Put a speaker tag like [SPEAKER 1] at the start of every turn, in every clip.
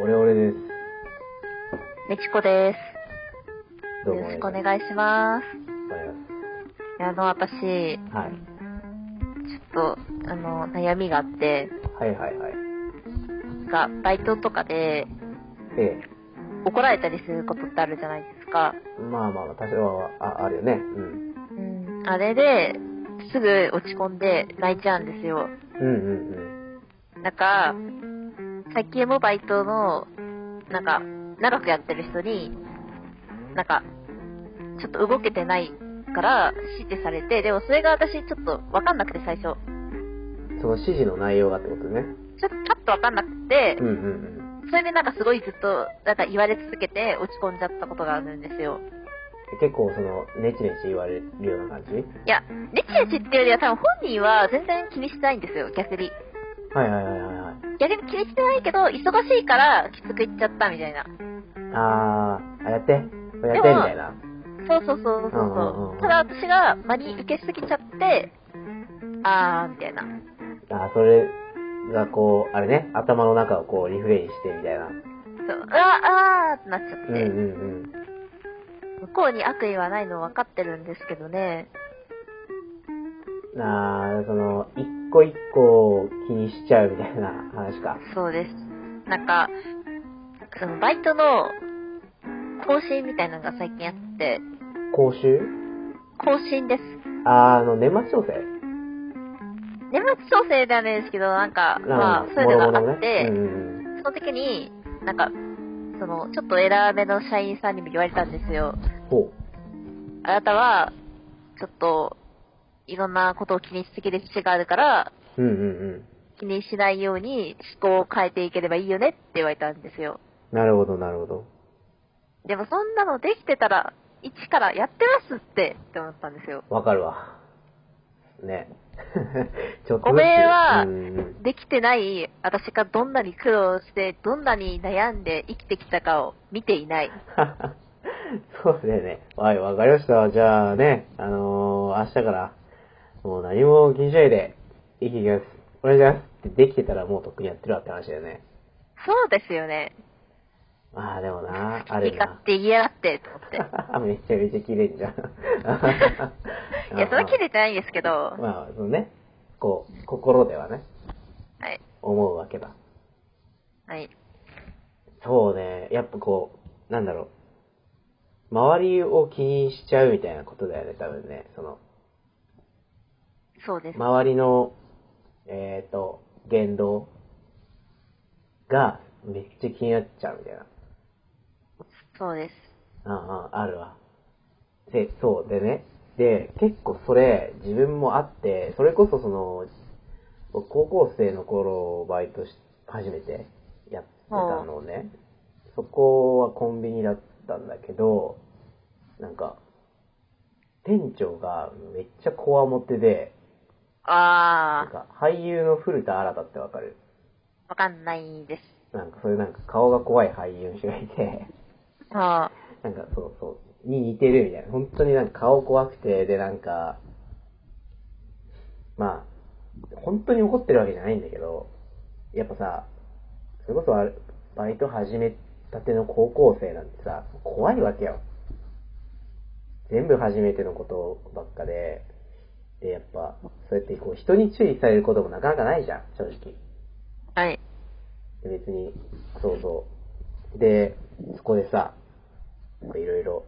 [SPEAKER 1] オレオレです。
[SPEAKER 2] みちこです。
[SPEAKER 1] どう
[SPEAKER 2] よ
[SPEAKER 1] も
[SPEAKER 2] ろしくお願
[SPEAKER 1] お願
[SPEAKER 2] いします。
[SPEAKER 1] いし
[SPEAKER 2] いやあの、私、ち
[SPEAKER 1] ます。はい。
[SPEAKER 2] ょっと、あの、悩みがあって、
[SPEAKER 1] はいはいはい。
[SPEAKER 2] が、バイトとかで
[SPEAKER 1] え
[SPEAKER 2] 怒られたりすることってあるじゃないですか。
[SPEAKER 1] え。まあまあ、多少は、あ、あるよね。うん。
[SPEAKER 2] うん。あれで、すぐ落ち込んで泣いちゃうんですよ。
[SPEAKER 1] うんうん
[SPEAKER 2] なんか、最近もバイトの、なんか、長くやってる人に、なんか、ちょっと動けてないから、指示されて、でもそれが私ちょっとわかんなくて最初。
[SPEAKER 1] うん。その指示の内容がってことね。
[SPEAKER 2] ちょっとパッとわかんなくて
[SPEAKER 1] う、んうん
[SPEAKER 2] それでなんかすごいずっと、なんか言われ続けて落ち込んじゃったことがあるんですよ。
[SPEAKER 1] うん。結構その、ネチネチ言われるような感じ
[SPEAKER 2] いや、ネチネチっていうよりは多分本人は全然気にしてないんですよ、逆に。
[SPEAKER 1] はいはいはいはいはい。
[SPEAKER 2] 逆に気にしてないけど、忙しいからきつく言っちゃったみたいな。
[SPEAKER 1] あー、あ、やって、やって、みたいな。
[SPEAKER 2] そうそうそうそ
[SPEAKER 1] う
[SPEAKER 2] う
[SPEAKER 1] んうんうん
[SPEAKER 2] そうう。
[SPEAKER 1] ん
[SPEAKER 2] ただ私が間に受けすぎちゃって、あー、みたいな。
[SPEAKER 1] あー、それがこう、あれね、頭の中をこう、リフレインしてみたいな。
[SPEAKER 2] そう、うわ、あーってなっちゃっ
[SPEAKER 1] うん
[SPEAKER 2] て
[SPEAKER 1] う。んうん。
[SPEAKER 2] 向こうに悪意はないの分かってるんですけどね。
[SPEAKER 1] あー、その、一個一個を気にしちゃうみたいな話か。
[SPEAKER 2] そうです。なんか、そのバイトの更新みたいなのが最近あって、
[SPEAKER 1] 講習
[SPEAKER 2] 更新です。
[SPEAKER 1] あー、あの、年末調整
[SPEAKER 2] 年末調整ではないですけど、なんか、まあ、そういうのがあって、
[SPEAKER 1] うんうん
[SPEAKER 2] その時に、なんか、その、ちょっと偉めの社員さんにも言われたんですよ。
[SPEAKER 1] うん、ほ
[SPEAKER 2] あなたは、ちょっと、いろんなことを気にしすぎる節があるから、
[SPEAKER 1] う。うんうんうん。
[SPEAKER 2] 気にしないように思考を変えていければいいよねって言われたんですよ。
[SPEAKER 1] なるほど、なるほど。
[SPEAKER 2] でもそんなのできてたら、一からやってますって、って思ったんですよ。
[SPEAKER 1] わかるわ。ね。 ちょっとずつ
[SPEAKER 2] おめえは
[SPEAKER 1] うんうん
[SPEAKER 2] できてない私がどんなに苦労して、どんなに悩んで生きてきたかを見ていない。
[SPEAKER 1] そうだよね。はい、わかりました。じゃあね、あのー、明日から、もう何も気にしないで、生きていきます。お願いします。ってできてたらもうとっくにやってるわって話だよね。
[SPEAKER 2] そうですよね。
[SPEAKER 1] ああ、でもな、あ
[SPEAKER 2] い
[SPEAKER 1] る
[SPEAKER 2] いか
[SPEAKER 1] な
[SPEAKER 2] っ。て言いやがって、と思 って。
[SPEAKER 1] めちゃめちゃ綺麗じゃん。
[SPEAKER 2] いや、それは切れてないんですけど、は
[SPEAKER 1] まあ、そのね、こう、心ではね、
[SPEAKER 2] い。
[SPEAKER 1] 思うわけだ。
[SPEAKER 2] はい。
[SPEAKER 1] そうね、やっぱこう、なんだろう、周りを気にしちゃうみたいなことだよね、多分ね。その、
[SPEAKER 2] そうです。
[SPEAKER 1] 周りの、えっ、ー、と、言動がめっちゃ気になっちゃうみたいな。
[SPEAKER 2] そうです。
[SPEAKER 1] うんうん、あるわ。で、そう、でね。で、結構それ、自分もあって、それこそその、僕高校生の頃、バイトし、初めてやってたのね。そこはコンビニだったんだけど、なんか、店長がめっちゃこわもてで、なん
[SPEAKER 2] あ
[SPEAKER 1] か俳優の古田新太ってわかる
[SPEAKER 2] ー、わかんないです。
[SPEAKER 1] なんかそういうなんか顔が怖い俳優の人がいて、
[SPEAKER 2] あ
[SPEAKER 1] なんかそうそう、に似てるみたいな。本当になんか顔怖くて、でなんか、まあ、本当に怒ってるわけじゃないんだけど、やっぱさ、それこそあれバイト始めたての高校生なんてさ、怖いわけよ。全部初めてのことばっかで、で、やっぱ、そうやってこう人に注意されることもなかなかないじゃん、正直。
[SPEAKER 2] ー、はい。
[SPEAKER 1] で別に、そうそう。で、そこでさ、こういろいろ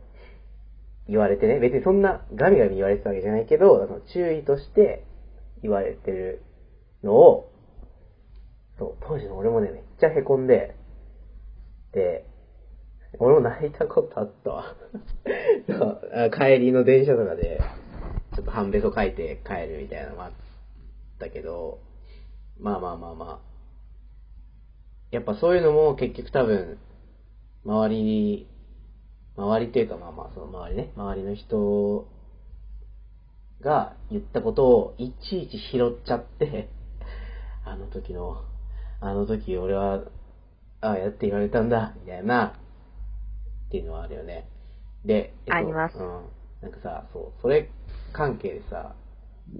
[SPEAKER 1] 言われてね、別にそんなガミガミ言われてたわけじゃないけど、その注意として言われてるのを、そう、当時の俺もね、めっちゃ凹んで、で、俺も泣いたことあったわ。 そうあ帰りの電車とかで、ちょっと半べそ書いて帰るみたいなのもあったけど、まあまあまあまあ、やっぱそういうのも結局多分、周りに、周りというかまあまあその周りね、周りの人が言ったことをいちいち拾っちゃって、 あの時の、あの時俺は、ああやって言われたんだ、みたいな、っていうのはあるよね。で、えっと
[SPEAKER 2] あります
[SPEAKER 1] うん。なんかさ、そう、それ関係でさ、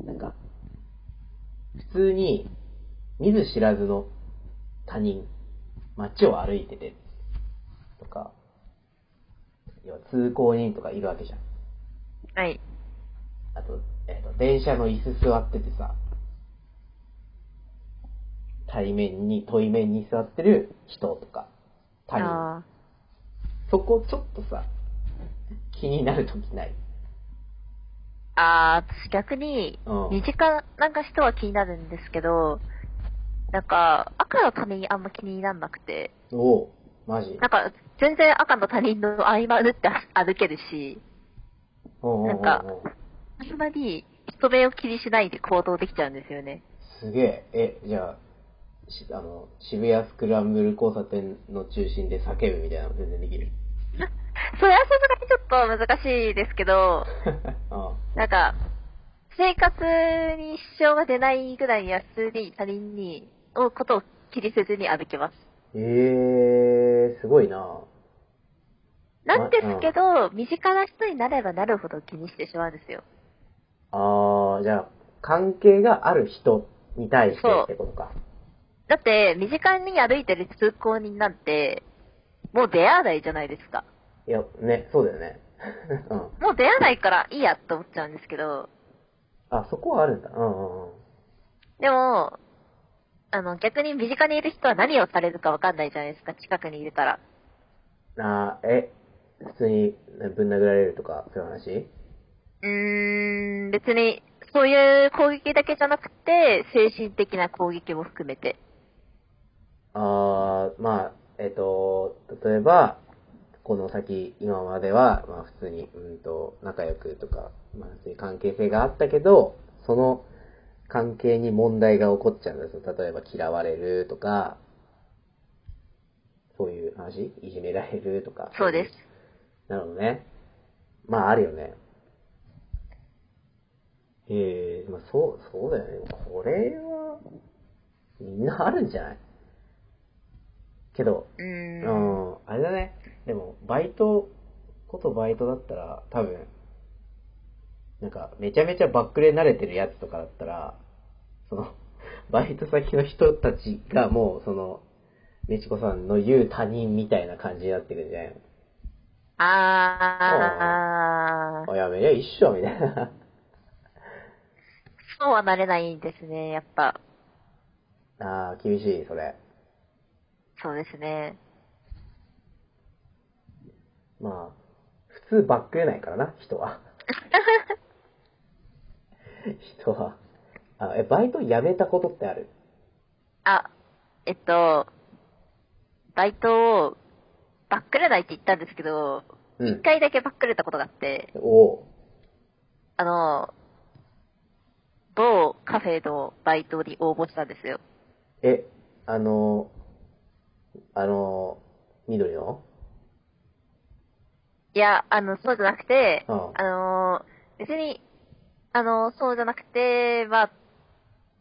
[SPEAKER 1] なんか、普通に、見ず知らずの他人、街を歩いてて、とか、要は通行人とかいるわけじゃん。
[SPEAKER 2] はい。
[SPEAKER 1] あと、えっ、と、電車の椅子座っててさ、対面に、対面に座ってる人とか、他人。
[SPEAKER 2] あ
[SPEAKER 1] そこちょっとさ、気になるときない。
[SPEAKER 2] ーあー、私逆に、
[SPEAKER 1] うん
[SPEAKER 2] 身近なんか人は気になるんですけど、なんか、赤の他人あんま気にならなくて、
[SPEAKER 1] おおマジ
[SPEAKER 2] なんか、全然赤の他人の合間縫って歩けるし、
[SPEAKER 1] おうおうおうおう
[SPEAKER 2] なんかあんまり人目を気にしないで行動できちゃうんですよね。
[SPEAKER 1] すげえ。え、じゃあ、しあの、渋谷スクランブル交差点の中心で叫ぶみたいなの全然でき る。
[SPEAKER 2] それはさすがにちょっと難しいですけど、
[SPEAKER 1] あ
[SPEAKER 2] なんか、生活に支障が出ないぐらいには普通に他人に、をことを気にせずに歩けます。
[SPEAKER 1] ええー、すごいな
[SPEAKER 2] なんですけど、身近な人になればなるほど気にしてしまうんですよ。
[SPEAKER 1] ああ、じゃあ、関係がある人に対して
[SPEAKER 2] そう
[SPEAKER 1] ってことか。
[SPEAKER 2] だって、身近に歩いてる通行人なんて、もう出会わないじゃないですか。
[SPEAKER 1] いや、ね、そうだよね。 うん。
[SPEAKER 2] もう出会わないからいいやと思っちゃうんですけど、
[SPEAKER 1] あ、そこはあるんだ。うんうんうん。
[SPEAKER 2] でも、あの、逆に身近にいる人は何をされるかわかんないじゃないですか、近くにいるから。
[SPEAKER 1] あーえ、普通にねぶん殴られるとか、そういう話
[SPEAKER 2] うーん、別に、そういう攻撃だけじゃなくて、精神的な攻撃も含めて。
[SPEAKER 1] あーまあ、えっ、と、例えば、この先、今までは、まあ普通に、うんと、仲良くとか、まあ普通に関係性があったけど、その関係に問題が起こっちゃうんですよ。例えば嫌われるとか、そういう話いじめられるとか。
[SPEAKER 2] そうです。。
[SPEAKER 1] なるほどね。まああるよね。ええまあそう、そうだよね。これは、みんなあるんじゃないけど、
[SPEAKER 2] うー。
[SPEAKER 1] うんん、あれだね。でも、バイト、ことバイトだったら、多分、なんか、めちゃめちゃバックレ慣れてるやつとかだったら、その、 バイト先の人たちがもう、その、メチコさんの言う他人みたいな感じになってくるんじゃないの
[SPEAKER 2] あー、
[SPEAKER 1] あ、やめりゃ一緒みたいな。
[SPEAKER 2] そうはなれないんですね、やっぱ。
[SPEAKER 1] ああ、厳しい、それ。
[SPEAKER 2] そうですね。
[SPEAKER 1] まあ、普通バックれないからな、人は。 人は。あ、え、バイト辞めたことってある
[SPEAKER 2] あ、えっと、バイトを、バックれないって言ったんですけど、
[SPEAKER 1] う
[SPEAKER 2] 一。回だけバックれたことがあって、
[SPEAKER 1] おう
[SPEAKER 2] あの、某カフェのバイトに応募したんですよ。
[SPEAKER 1] え、あの、あの、緑の
[SPEAKER 2] いや、あの、そうじゃなくて、
[SPEAKER 1] うん
[SPEAKER 2] あのー、別に、あのー、そうじゃなくて、まあ、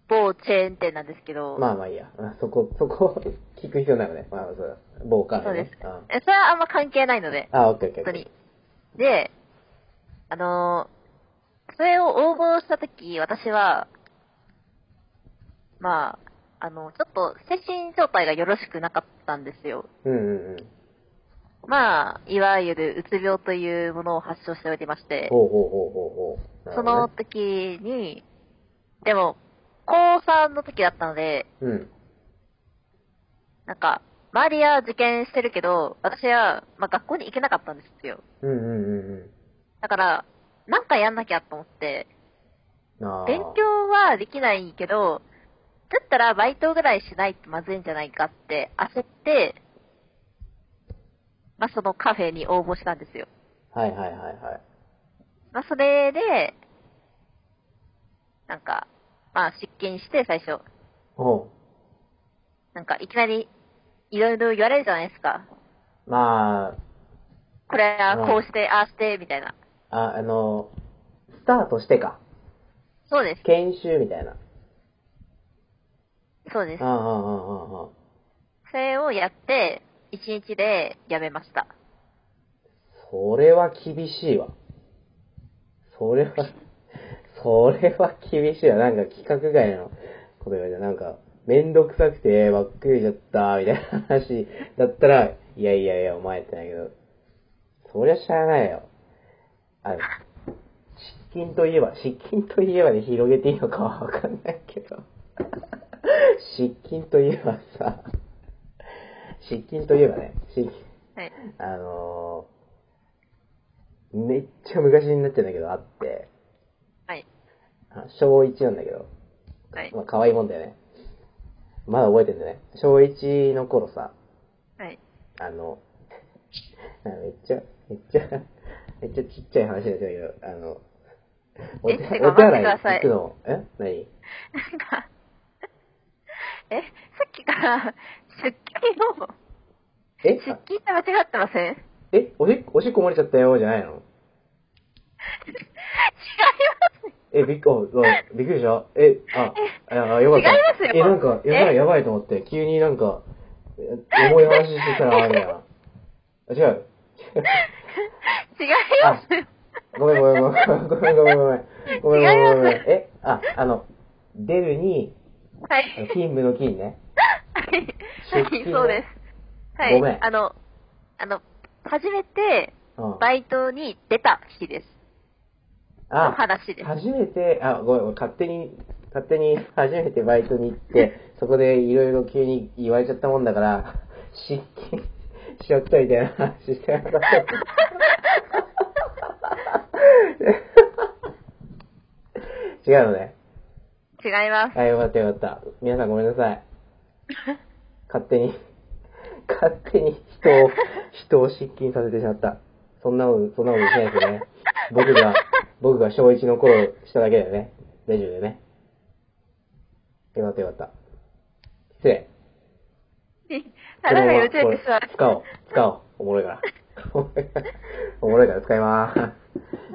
[SPEAKER 2] 某チェーン店なんですけど、
[SPEAKER 1] まあまあいいや。あそこ、そこ、聞く必要ないよね。まあそうだ。某カフ
[SPEAKER 2] そ
[SPEAKER 1] ェ
[SPEAKER 2] うです
[SPEAKER 1] ね。うん
[SPEAKER 2] えそれはあんま関係ないので、
[SPEAKER 1] あ、オッケーオッケー
[SPEAKER 2] 本
[SPEAKER 1] オ
[SPEAKER 2] 当
[SPEAKER 1] ッケー。
[SPEAKER 2] に。で、あのー、それを応募したとき、私は、まあ、あの、ちょっと精神状態がよろしくなかったんですよ。
[SPEAKER 1] うんうんうん。
[SPEAKER 2] まあ、いわゆるうつ病というものを発症しておりまして、
[SPEAKER 1] ほうほうほうほうほう。
[SPEAKER 2] そ
[SPEAKER 1] な
[SPEAKER 2] の
[SPEAKER 1] る
[SPEAKER 2] 時に、でも、高3の時だったので、
[SPEAKER 1] ほどね、
[SPEAKER 2] なんか、周りは受験してるけど、私は、まあ、学校に行けなかったんですよ。
[SPEAKER 1] うん。うんうんうんう
[SPEAKER 2] だから、なんかやんなきゃと思って、
[SPEAKER 1] ん。あー
[SPEAKER 2] 勉強はできないけど、だったらバイトぐらいしないとまずいんじゃないかって焦って、まあ、そのカフェに応募したんですよ。
[SPEAKER 1] はいはいはいはい。
[SPEAKER 2] まあ、それで、なんか、まあ、出勤して最初、
[SPEAKER 1] ほ
[SPEAKER 2] なんか、いきなり、いろいろ言われるじゃないですか。
[SPEAKER 1] う。まあ、
[SPEAKER 2] これは
[SPEAKER 1] うん
[SPEAKER 2] こうして、ああして、みたいな。
[SPEAKER 1] あ、あの、スタートしてか。
[SPEAKER 2] そうです。
[SPEAKER 1] 研修みたいな。
[SPEAKER 2] そうです
[SPEAKER 1] あ。あ、ああ、ああ。
[SPEAKER 2] それをやって、一日で辞めました。
[SPEAKER 1] それは厳しいわ。それは 、それは厳しいわ。なんか規格外のこと言われて、なんか、めんどくさくて、ばっくりじゃった、みたいな話だったら、いやいやいや、お前ってなるけど、そりゃしゃあないよ。あの、失禁といえば、失禁といえばで広げていいのかはわかんないけど、 失禁といえばさ、失禁といえばね、失禁、
[SPEAKER 2] はい。
[SPEAKER 1] あのー、めっちゃ昔になっちゃうんだけど、あって、
[SPEAKER 2] はい。
[SPEAKER 1] あ小1なんだけど、
[SPEAKER 2] はい。
[SPEAKER 1] まあ、可愛いもんだよね。まだ覚えてんだよね。小1の頃さ、
[SPEAKER 2] はい。
[SPEAKER 1] あの、あめっちゃ、めっちゃ、めっちゃちっちゃい話になっちゃうけど、あの、お手
[SPEAKER 2] えてか
[SPEAKER 1] お手洗い
[SPEAKER 2] 待ってくださ
[SPEAKER 1] 行
[SPEAKER 2] い
[SPEAKER 1] くの、え何
[SPEAKER 2] なんか、え、さっきから、出勤の、
[SPEAKER 1] え
[SPEAKER 2] 出勤って間違ってません違い
[SPEAKER 1] えおし、おしっこ漏れちゃったよ、じゃないの
[SPEAKER 2] ます
[SPEAKER 1] え、びっく、おうわびっくりしたえ、あ、あ、よかった。
[SPEAKER 2] 違いますよ
[SPEAKER 1] え、なんか、やばい
[SPEAKER 2] え
[SPEAKER 1] やばいと思って、急になんか、え重い話してたら、みたいな。あ、違う。
[SPEAKER 2] 違いますよ。
[SPEAKER 1] ごめんごめんごめんごめんごめんごめん。ごめんごめんごめんごめん
[SPEAKER 2] 違います
[SPEAKER 1] ごめん。え、あ、あの、出るに、
[SPEAKER 2] はい。
[SPEAKER 1] あの勤務の勤ね。
[SPEAKER 2] はい
[SPEAKER 1] 出
[SPEAKER 2] はい
[SPEAKER 1] 勤、
[SPEAKER 2] そうです。はい。
[SPEAKER 1] ごめん
[SPEAKER 2] あの、あの、初めて、
[SPEAKER 1] うん。
[SPEAKER 2] バイトに出た日です。の
[SPEAKER 1] あ、
[SPEAKER 2] 話です。
[SPEAKER 1] 初めて、あ、ごめん、俺勝手に、勝手に初めてバイトに行 って、そこでいろいろ急に言われちゃったもんだから、失禁しちゃったみたいな話してなかった。 違うのね。
[SPEAKER 2] 違います。
[SPEAKER 1] あ、よかったよかった。皆さんごめんなさい。勝手に、勝手に人を、人を失禁させてしまった。そんなこと、そんなことしないですよね。僕が、僕が小一の頃しただけだよね。大丈夫だよね。よかったよかった。失礼。
[SPEAKER 2] 腹がよちよちしま
[SPEAKER 1] これ使おう、使おう。おもろいから。 おもろいから使いまーす。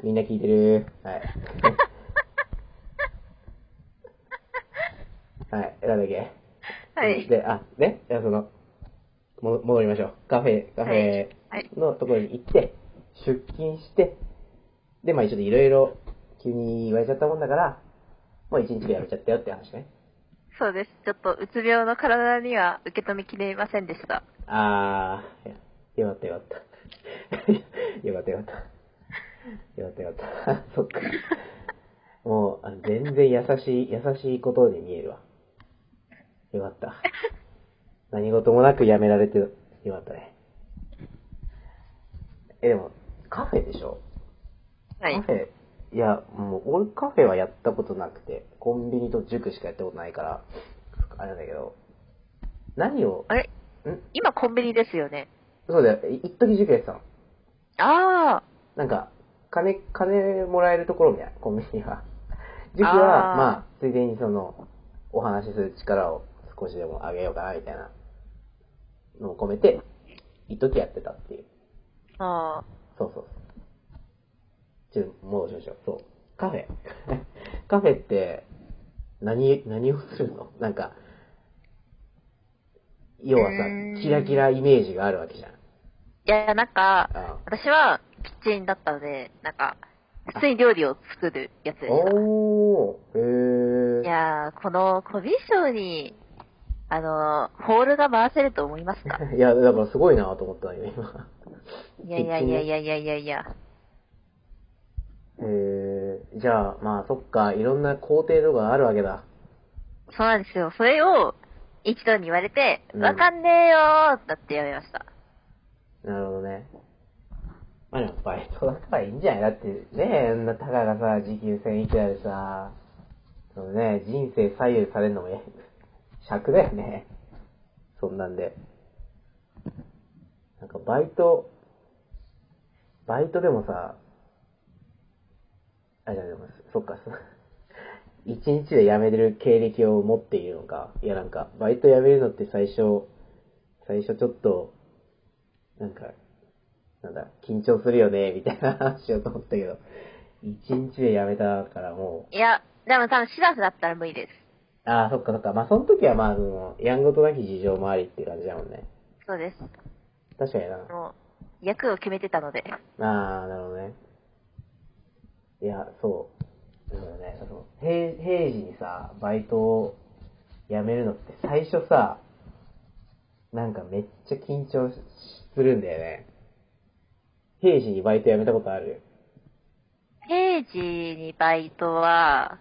[SPEAKER 1] みんな聞いてるはい。はい、なんだっけ
[SPEAKER 2] はい。
[SPEAKER 1] で、あ、ね、じゃあその、も戻りましょう。カフェ、カフェ
[SPEAKER 2] はい
[SPEAKER 1] のところに行って、出勤して、で、まあ一緒でいろいろ急に言われちゃったもんだから、もう一日でやめちゃったよって話ね。
[SPEAKER 2] そうです。ちょっと、うつ病の体には受け止めきれませんでした。
[SPEAKER 1] あー、よかったよかった。 よかったよかった。よかったよかった。 そっか。もう、あ全然優しい、優しいことで見えるわ。よかった。何事もなくやめられてよかったね。え、でも、カフェでしょ
[SPEAKER 2] はい
[SPEAKER 1] カ。フェ、いや、もう、俺カフェはやったことなくて、コンビニと塾しかやったことないから、あれなんだけど、何を、
[SPEAKER 2] あれ
[SPEAKER 1] ん
[SPEAKER 2] 今コンビニですよね。
[SPEAKER 1] そうだよ、い一時塾やってたの。
[SPEAKER 2] あ
[SPEAKER 1] なんか、金、金もらえるところみたいな、コンビニは。 塾は、
[SPEAKER 2] あー
[SPEAKER 1] まあ、ついでにその、お話しする力を少しでも上げようかな、みたいなのを込めて、一時やってたっていう。
[SPEAKER 2] あ。ああ。
[SPEAKER 1] そうそうそう。ちょっと戻しましょう。そう。カフェ。 カフェって、何、何をするのなんか、要は
[SPEAKER 2] うー
[SPEAKER 1] さ、
[SPEAKER 2] ん
[SPEAKER 1] キラキライメージがあるわけじゃん。
[SPEAKER 2] いや、なんか、
[SPEAKER 1] あ
[SPEAKER 2] 私はキッチンだったので、なんか、普通に料理を作るやつでした。
[SPEAKER 1] おー、へー。
[SPEAKER 2] いやー、このコミュ障に、あの、ホールが回せると思 いますか
[SPEAKER 1] いや、だからすごいなと思ったんよ、今。
[SPEAKER 2] いやいやいやいやいやいやいや。
[SPEAKER 1] へえー、じゃあ、まあ、そっか、いろんな工程とかあるわけだ。
[SPEAKER 2] そうなんですよ。それを、一度に言われて、
[SPEAKER 1] うん
[SPEAKER 2] わかんねえよーだってやめました。
[SPEAKER 1] なるほどね。まあでも、バイトだからいいんじゃないだって、ねえ、あんなたかがさ、時給1000いくらでさ、そのね、人生左右されるのもえ、 尺だよね。そんなんで。なんか、バイト、バイトでもさ、あ、じゃあでも、そっか、 そ一日で辞めれる経歴を持っているのか。いや、なんか、バイト辞めるのって最初、最初ちょっと、なんか、なんだ、緊張するよね、みたいな話しようと思ったけど、一日で辞めたからも
[SPEAKER 2] いや、でも多分、シラフだったら無理です。
[SPEAKER 1] う、ああ、そっかそっか。まあ、その時はまあ、その、やんごとなき事情もありって感じだもんね。
[SPEAKER 2] そうです。
[SPEAKER 1] 確かにな。
[SPEAKER 2] もう、役を決めてたので。
[SPEAKER 1] ああ、なるほどね。いや、そう。なるほどね。その、平、平時にさ、バイトをやめるのって最初さ、なんかめっちゃ緊張しするんだよね。平時にバイト辞めたことある
[SPEAKER 2] 平時にバイトは、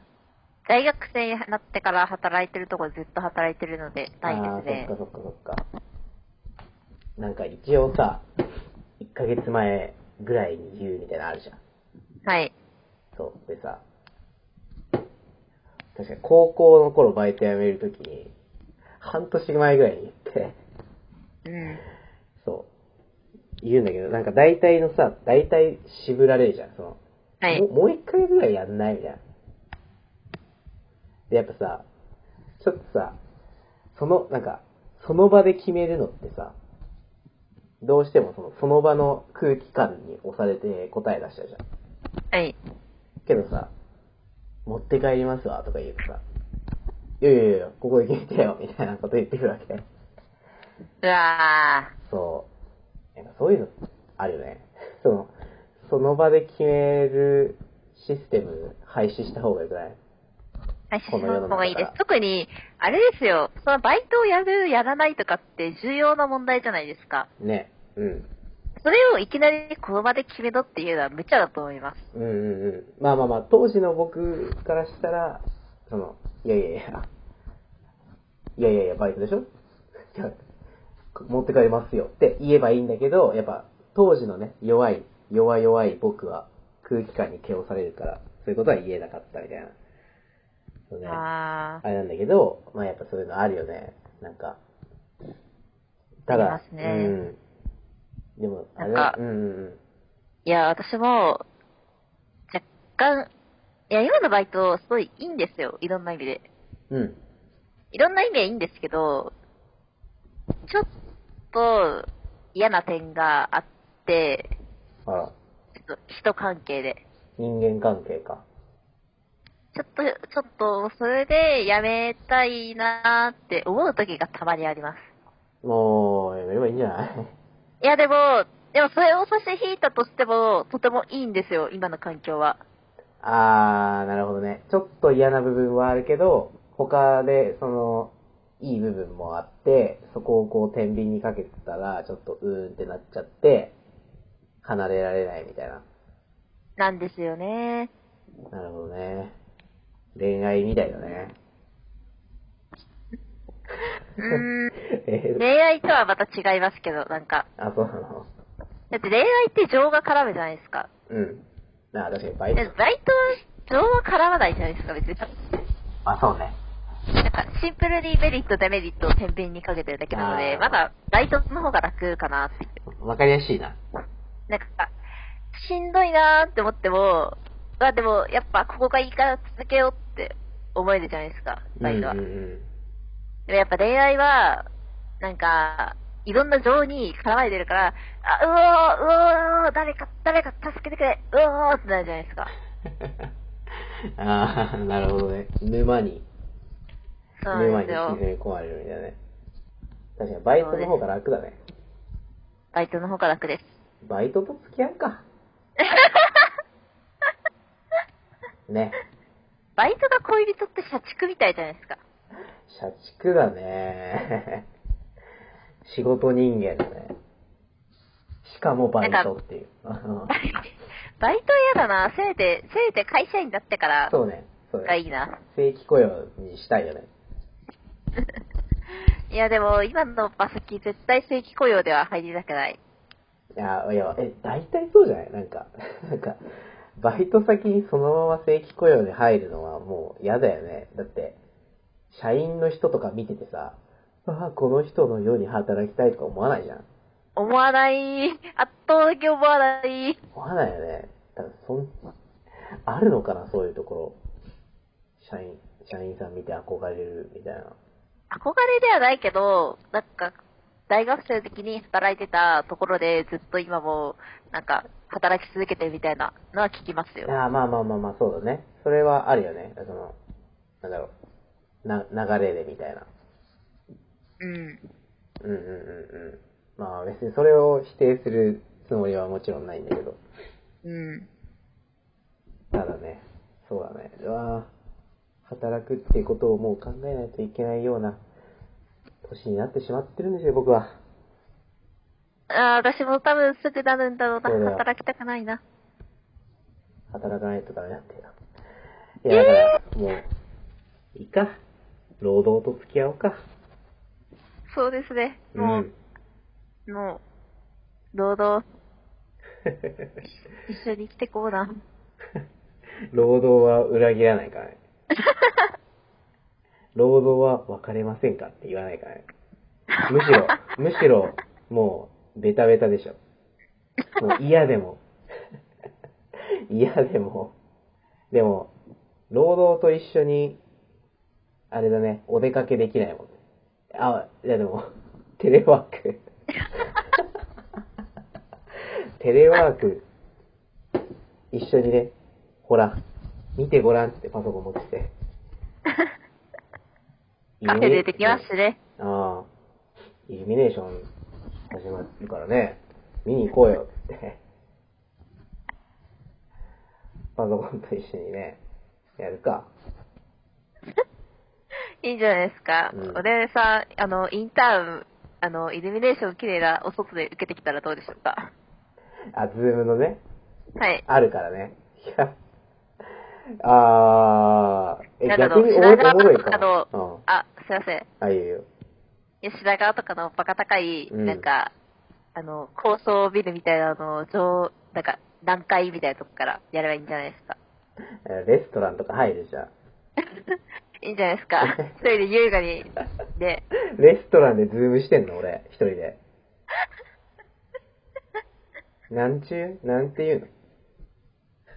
[SPEAKER 2] 大学生になってから働いてるとこずっと働いてるので、ない
[SPEAKER 1] ああ
[SPEAKER 2] ですね
[SPEAKER 1] ー、。そっかそっかそっか。なんか一応さ、1ヶ月前ぐらいに言うみたいなのあるじゃん。
[SPEAKER 2] はい。
[SPEAKER 1] そう。でさ、確かに高校の頃バイト辞めるときに、半年前ぐらいに言って、
[SPEAKER 2] うん。
[SPEAKER 1] そう、言うんだけど、なんか大体のさ、大体渋られるじゃん、その、
[SPEAKER 2] はい
[SPEAKER 1] も。もう一回ぐらいやんないみたいな。で、やっぱさ、ちょっとさ、その、なんか、その場で決めるのってさ、どうしてもそのその場の空気感に押されて答え出したじゃん。
[SPEAKER 2] はい。
[SPEAKER 1] けどさ、持って帰りますわとか言うとさ、いやいやいや、ここで決めてよみたいなこと言ってくるわけ。
[SPEAKER 2] うわ
[SPEAKER 1] そう。なんかそういうのあるよね。その、その場で決めるシステム廃止した方がよくない
[SPEAKER 2] ー。はい、
[SPEAKER 1] この世の中だ
[SPEAKER 2] 方がいいです。特に、あれですよ、そのバイトをやる、やらないとかって重要な問題じゃないですか。
[SPEAKER 1] ね。うん。
[SPEAKER 2] それをいきなりこの場で決めろっていうのは無茶だと思います。
[SPEAKER 1] うんうんうん。まあまあまあ、当時の僕からしたら、その、いやいやいや、いやいやいや、バイトでしょ じゃあ持って帰りますよって言えばいいんだけど、やっぱ、当時のね、弱い、弱々い僕は空気感に気をされるから、そういうことは言えなかったみたいな。そうね。
[SPEAKER 2] あ
[SPEAKER 1] あれなんだけど、まあやっぱそういうのあるよね。なんか。ただ、
[SPEAKER 2] ありますね
[SPEAKER 1] うん。でも、あれ
[SPEAKER 2] なんか
[SPEAKER 1] うんうんうん。
[SPEAKER 2] ー。いや、私も、若干、いや、今のバイト、すごいいいんですよ。いろんな意味で。
[SPEAKER 1] うん。
[SPEAKER 2] いろんな意味はいいんですけど、ちょっと嫌な点があって、
[SPEAKER 1] あら、
[SPEAKER 2] ちょっと人関係で。
[SPEAKER 1] 人間関係か。
[SPEAKER 2] ちょっと、ちょっと、それでやめたいなーって思う時がたまにあります。
[SPEAKER 1] もう、やめればいいんじゃない
[SPEAKER 2] いや、でも、でもそれを差し引いたとしても、とてもいいんですよ、今の環境は。
[SPEAKER 1] あー、なるほどね。ちょっと嫌な部分はあるけど、他で、その、いい部分もあって、そこをこう、天秤にかけてたら、ちょっとうーんってなっちゃって、離れられないみたいな。
[SPEAKER 2] なんですよね。
[SPEAKER 1] なるほどね。恋愛みたいだね。
[SPEAKER 2] う ーん。
[SPEAKER 1] えー、
[SPEAKER 2] 恋愛とはまた違いますけど、なんか。
[SPEAKER 1] あ、そうなの
[SPEAKER 2] だって恋愛って情が絡むじゃないですか。
[SPEAKER 1] うん。あ、確かにバ
[SPEAKER 2] で
[SPEAKER 1] イ
[SPEAKER 2] バ
[SPEAKER 1] ト。
[SPEAKER 2] イトは情は絡まないじゃないですか、別に。
[SPEAKER 1] あ、そうね。
[SPEAKER 2] なんか、シンプルにメリット、デメリットを天秤にかけてるだけなの
[SPEAKER 1] あ
[SPEAKER 2] で、
[SPEAKER 1] ー
[SPEAKER 2] まだ、バイトの方が楽かなっていう。
[SPEAKER 1] わかりやすいな。
[SPEAKER 2] なんか、しんどいなーって思っても、まあでも、やっぱここがいいから続けようって思えるじゃないですか、バイトは。
[SPEAKER 1] うんうんうん
[SPEAKER 2] でもやっぱ恋愛は、なんか、いろんな情に絡まれてるから、あ、うおー、うおー、誰か、誰か助けてくれ、うおーってなるじゃないですか。
[SPEAKER 1] あー、なるほどね。沼に、
[SPEAKER 2] そうなん
[SPEAKER 1] 沼に
[SPEAKER 2] ですよ
[SPEAKER 1] 沈。み込まれるみたいなね。確かにバイトの方が楽だね。
[SPEAKER 2] バイトの方が楽です。
[SPEAKER 1] バイトと付き合う か。ね。
[SPEAKER 2] バイトが恋人って社畜みたいじゃないで すか。
[SPEAKER 1] 社畜だね。 仕事人間だね。しかもバイトっていう。
[SPEAKER 2] バイト嫌だな。せめて、せめて会社員になってから
[SPEAKER 1] そうね。そう
[SPEAKER 2] が
[SPEAKER 1] ね。
[SPEAKER 2] いいな。
[SPEAKER 1] 正規雇用にしたいよね。
[SPEAKER 2] いや、でも、今の馬先、絶対正規雇用では入りたくない。
[SPEAKER 1] いや、いや、え、大体そうじゃないなんか、 なんか、バイト先にそのまま正規雇用で入るのはもう嫌だよね。だって、社員の人とか見ててさ、ああ、この人のように働きたいとか思わないじゃん。
[SPEAKER 2] 思わない。圧倒的に思わない。
[SPEAKER 1] 思わないよね。多分そん、あるのかな、そういうところ。社員、社員さん見て憧れるみたいな。
[SPEAKER 2] 憧れではないけど、なんか、大学生の時に働いてたところで、ずっと今も、なんか、働き続けてるみたいなのは聞きますよ。
[SPEAKER 1] ああ、まあまあまあまあ、そうだね。それはあるよね。その、なんだろう、な、流れでみたいな。
[SPEAKER 2] うん。
[SPEAKER 1] うんうんうんうん。まあ別にそれを否定するつもりはもちろんないんだけど。
[SPEAKER 2] うん。
[SPEAKER 1] ただね、そうだね。うわぁ働くっていうことをもう考えないといけないような年になってしまってるんですよ、僕は。
[SPEAKER 2] ああ、私も多分すぐなるんだろう
[SPEAKER 1] そうだ
[SPEAKER 2] な。
[SPEAKER 1] よ
[SPEAKER 2] 働きたくないな。
[SPEAKER 1] 働かないとダメなんだよ。いや、だから、もう、いいか。労働と付き合おうか。
[SPEAKER 2] そうですね。
[SPEAKER 1] う
[SPEAKER 2] も
[SPEAKER 1] ん
[SPEAKER 2] う、。もう、堂々、一緒に生きてこうな。
[SPEAKER 1] 労働は裏切らないからね。労働は別れませんかって言わないからね。むしろ、むしろ、もう、ベタベタでしょ。もう嫌でも。 嫌でも。でも、労働と一緒に、あれだね、お出かけできないもん。あ、いやでも、テレワーク。テレワーク、一緒にね、ほら、見てごらんってパソコン持ってきて。
[SPEAKER 2] カフェ出てきま
[SPEAKER 1] た
[SPEAKER 2] すね。
[SPEAKER 1] ああ、イルミネーション始まるからね、見に行こうよって。 パソコンと一緒にね、やるか。
[SPEAKER 2] いいんじゃないですか。
[SPEAKER 1] うん
[SPEAKER 2] 俺さ、あの、インターン、あの、イルミネーション綺麗なお外で受けてきたらどうでしょうか。
[SPEAKER 1] あ、ズームのね、
[SPEAKER 2] はい。
[SPEAKER 1] あるからね。 いや、あー、え、
[SPEAKER 2] なんだ
[SPEAKER 1] 逆
[SPEAKER 2] ろう、
[SPEAKER 1] にお
[SPEAKER 2] 品
[SPEAKER 1] もおもろ
[SPEAKER 2] 川
[SPEAKER 1] い
[SPEAKER 2] と
[SPEAKER 1] か
[SPEAKER 2] か
[SPEAKER 1] な
[SPEAKER 2] の。、
[SPEAKER 1] うん。
[SPEAKER 2] あ、すいません。
[SPEAKER 1] あ、いいよ。
[SPEAKER 2] いや品川とかのバカ高い、
[SPEAKER 1] うん
[SPEAKER 2] なんか、あの、高層ビルみたいなのを、上、なんか、段階みたいなとこからやればいいんじゃないですか。
[SPEAKER 1] えレストランとか入るじゃん。
[SPEAKER 2] いいんじゃないです か。それで優雅に、で、
[SPEAKER 1] レストランでズームしてんの俺、一人で。なんちゅうなんて言う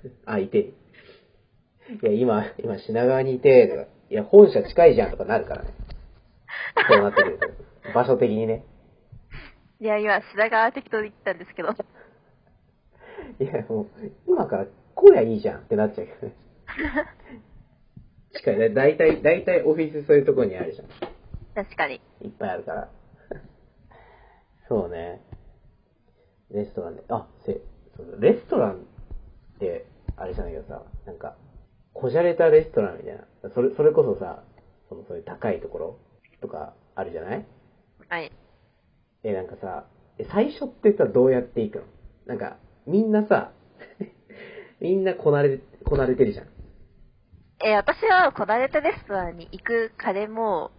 [SPEAKER 1] のあ、いていや、今、今品川にいて、とか、いや、本社近いじゃんとかなるからね。そうなってくると。場所的にね。
[SPEAKER 2] いや、今、品川適当に言ったんですけど、
[SPEAKER 1] いや、もう、今から来りゃいいじゃんってなっちゃうけどね。近い。だだいたい、だいたいオフィスそういうところにあるじゃん。
[SPEAKER 2] 確かに。
[SPEAKER 1] いっぱいあるから。そうね。レストランで、あ、せ、そうレストランって、あれじゃないけどさ、なんか、こじゃれたレストランみたいな。それ、それこそさ、その、そういう高いところとかあるじゃない
[SPEAKER 2] はい。
[SPEAKER 1] え、なんかさ、え最初ってさ、どうやって行くのなんか、みんなさ、 みんなこなれ、こなれてるじゃん。
[SPEAKER 2] えー私は、こなれたレストランに行く彼も、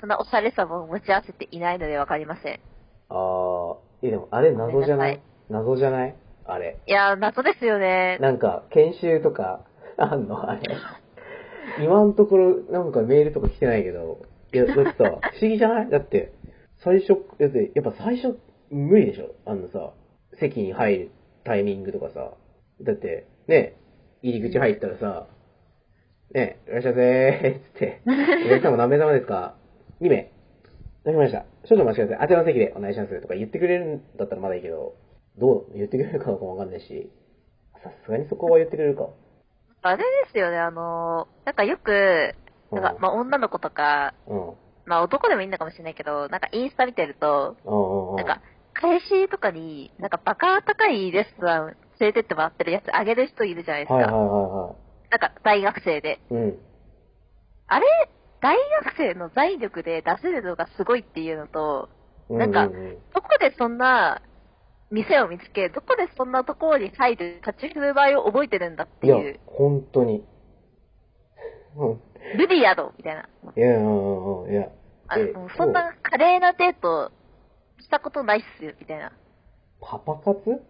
[SPEAKER 2] そんなおしゃれさも持ち合わせていないのでわかりません。
[SPEAKER 1] あー、え、でも、あれ謎じゃない謎じゃないあれ。
[SPEAKER 2] いやー、謎ですよね。
[SPEAKER 1] なんか、研修とか、 あんのあれ。今のところ、なんかメールとか来てないけど、いや、だってさ、不思議じゃないだって、最初、だって、やっぱ最初、無理でしょあのさ、席に入るタイミングとかさ、だって、ね、入り口入ったらさ、ね、いらっしゃいませーっつって、お客様何名様ですか ?2 名。わかりました。少々お待ちください。あちらの席でお願いします。とか言ってくれるんだったらまだいいけど、どう言ってくれるかどうかもわかんないし、さすがにそこは言ってくれるか。
[SPEAKER 2] あれですよね、あのーなんかよく、なんか、まあ、女の子とか、
[SPEAKER 1] うん。うん
[SPEAKER 2] まあ男でもいいんだかもしれないけど、なんかインスタ見てると、
[SPEAKER 1] うんうん。
[SPEAKER 2] なんか、返しとかに、なんかバカ高いレストラン連れてってもらってるやつあげる人いるじゃないですか。
[SPEAKER 1] はいはいは
[SPEAKER 2] なんか大学生で。
[SPEAKER 1] いはい。うん。
[SPEAKER 2] あれ大学生の財力で出せるのがすごいっていうのと、なんか
[SPEAKER 1] ううう
[SPEAKER 2] どこでそんな店を見つけ、どこでそんなところに入る立ち振る舞いを覚えてるんだって
[SPEAKER 1] いや
[SPEAKER 2] いう、、
[SPEAKER 1] 本当に。うん。
[SPEAKER 2] ルディアドみたいな。
[SPEAKER 1] いや、うんうんうん。いや。
[SPEAKER 2] あ
[SPEAKER 1] え
[SPEAKER 2] のそんな華麗なデートしたことないっすよ、みたいな。
[SPEAKER 1] パパ活え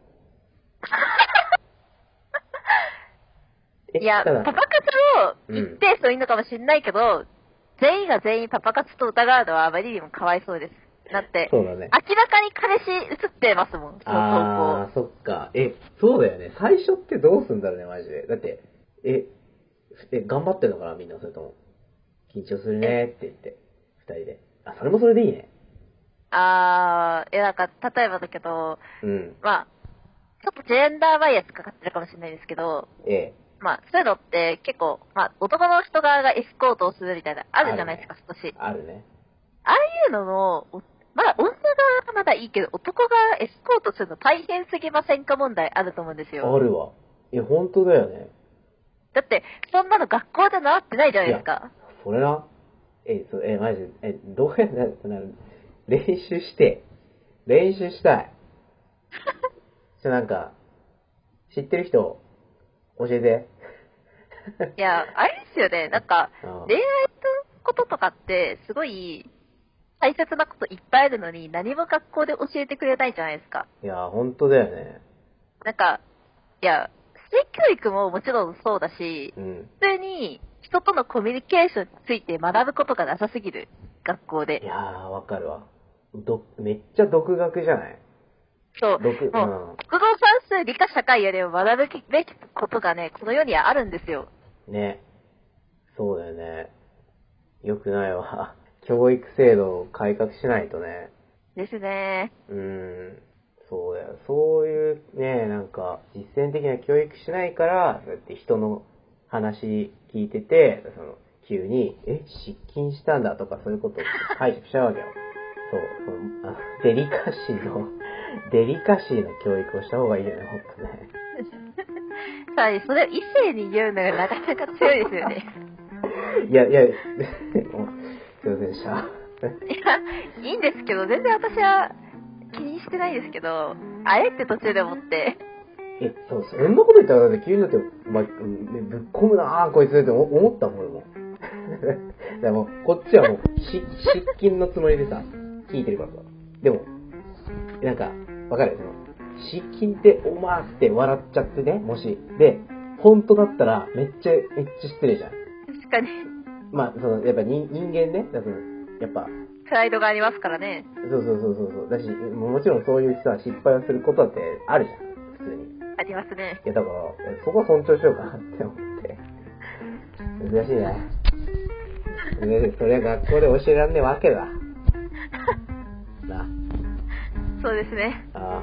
[SPEAKER 2] いや、
[SPEAKER 1] た
[SPEAKER 2] パ
[SPEAKER 1] だ
[SPEAKER 2] パ活を一定数いるのかもしれないけど、全員が全員パパ活と疑うのはあまりにもかわいそうです。だって、
[SPEAKER 1] そうだね
[SPEAKER 2] 明ら。かに彼氏映ってますもん、その
[SPEAKER 1] あー、そっか。え、そうだよね。最初ってどうすんだろうね、マジで。だって、え、え、頑張ってんのかな、みんな、それとも。緊張するねって言って、二人で。あ、それもそれでいいね。
[SPEAKER 2] 投稿。あー、いや、なんか、例えばだけど、
[SPEAKER 1] うん。
[SPEAKER 2] まあ、ちょっとジェンダーバイアスかかってるかもしれないですけど、
[SPEAKER 1] ええ。
[SPEAKER 2] まあ、そういうのって結構、まあ、男の人側がエスコートをするみたいな、あるじゃないですか、少し。
[SPEAKER 1] あるね。
[SPEAKER 2] ああいうのの、おまだ女側がまだいいけど、男がエスコートするの大変すぎませんか問題あると思うんですよ。
[SPEAKER 1] あるわ。え、本当だよね。
[SPEAKER 2] だって、そんなの学校で習ってないじゃないですか。
[SPEAKER 1] それな、え、そう、え、マジで、え、どうやなってなる練習して、練習した い。ちょ、なんか、知ってる人、教えて。
[SPEAKER 2] いや、あれですよね、なんか、
[SPEAKER 1] うん
[SPEAKER 2] 恋愛のこととかって、すごい、大切なこといっぱいあるのに、何も学校で教えてくれないじゃないですか。
[SPEAKER 1] いや、本当だよね。
[SPEAKER 2] なんか、いや、性教育ももちろんそうだし、
[SPEAKER 1] うん。
[SPEAKER 2] 普通に人とのコミュニケーションについて学ぶことがなさすぎる、学校
[SPEAKER 1] い
[SPEAKER 2] で。
[SPEAKER 1] やー、わかるわ。ど、めっちゃ独学じゃない
[SPEAKER 2] そう、もう、
[SPEAKER 1] 独
[SPEAKER 2] 国
[SPEAKER 1] う
[SPEAKER 2] 語
[SPEAKER 1] ん
[SPEAKER 2] 算数、理科、社会よりも学ぶべきことがね、この世にはあるんですよ。
[SPEAKER 1] ね。そうだよね。よくないわ。 教育制度を改革しないとね。
[SPEAKER 2] ですね。
[SPEAKER 1] うん。そうだよ。そういうね、なんか、実践的な教育しないから、だって人の話聞いてて、その、急に、え、失禁したんだとかそういうことを解釈しちゃうわけよ。そう、その、あデリカシーの、デリカシーの教育をした方がいいよね、ほんとね。
[SPEAKER 2] さあ、それを異性に言うのがなかなか強いですよね。
[SPEAKER 1] いや、いや、おすいませんでした。
[SPEAKER 2] いや、いいんですけど、全然私は気にしてないですけど、あえって途中で思って、
[SPEAKER 1] え、そう、そんなこと言ったら、だって急になって、ま、うんぶっ込むなあこいつって思思ったもん、俺 も。でも、こっちはもう、し、失禁のつもりでさ、聞いてるからさ。でも、なんか、わかるその、失禁って、おまーって笑っちゃってね、もし。で、本当だったら、めっちゃ、めっちゃ失礼じゃん。
[SPEAKER 2] 確かに、
[SPEAKER 1] まあ、その、やっぱ人人間ね、だからやっぱ、
[SPEAKER 2] プライドがありますからね。
[SPEAKER 1] そうそうそうそうそう。だし、ももちろんそういうさ、失敗をすることだってあるじゃん、普通に。
[SPEAKER 2] ありますね。
[SPEAKER 1] いや、だから、えそこは尊重しようかなって思って。難しいね。難しい。それは学校で教えらんねえわけだ。な
[SPEAKER 2] そうですね。
[SPEAKER 1] ああ。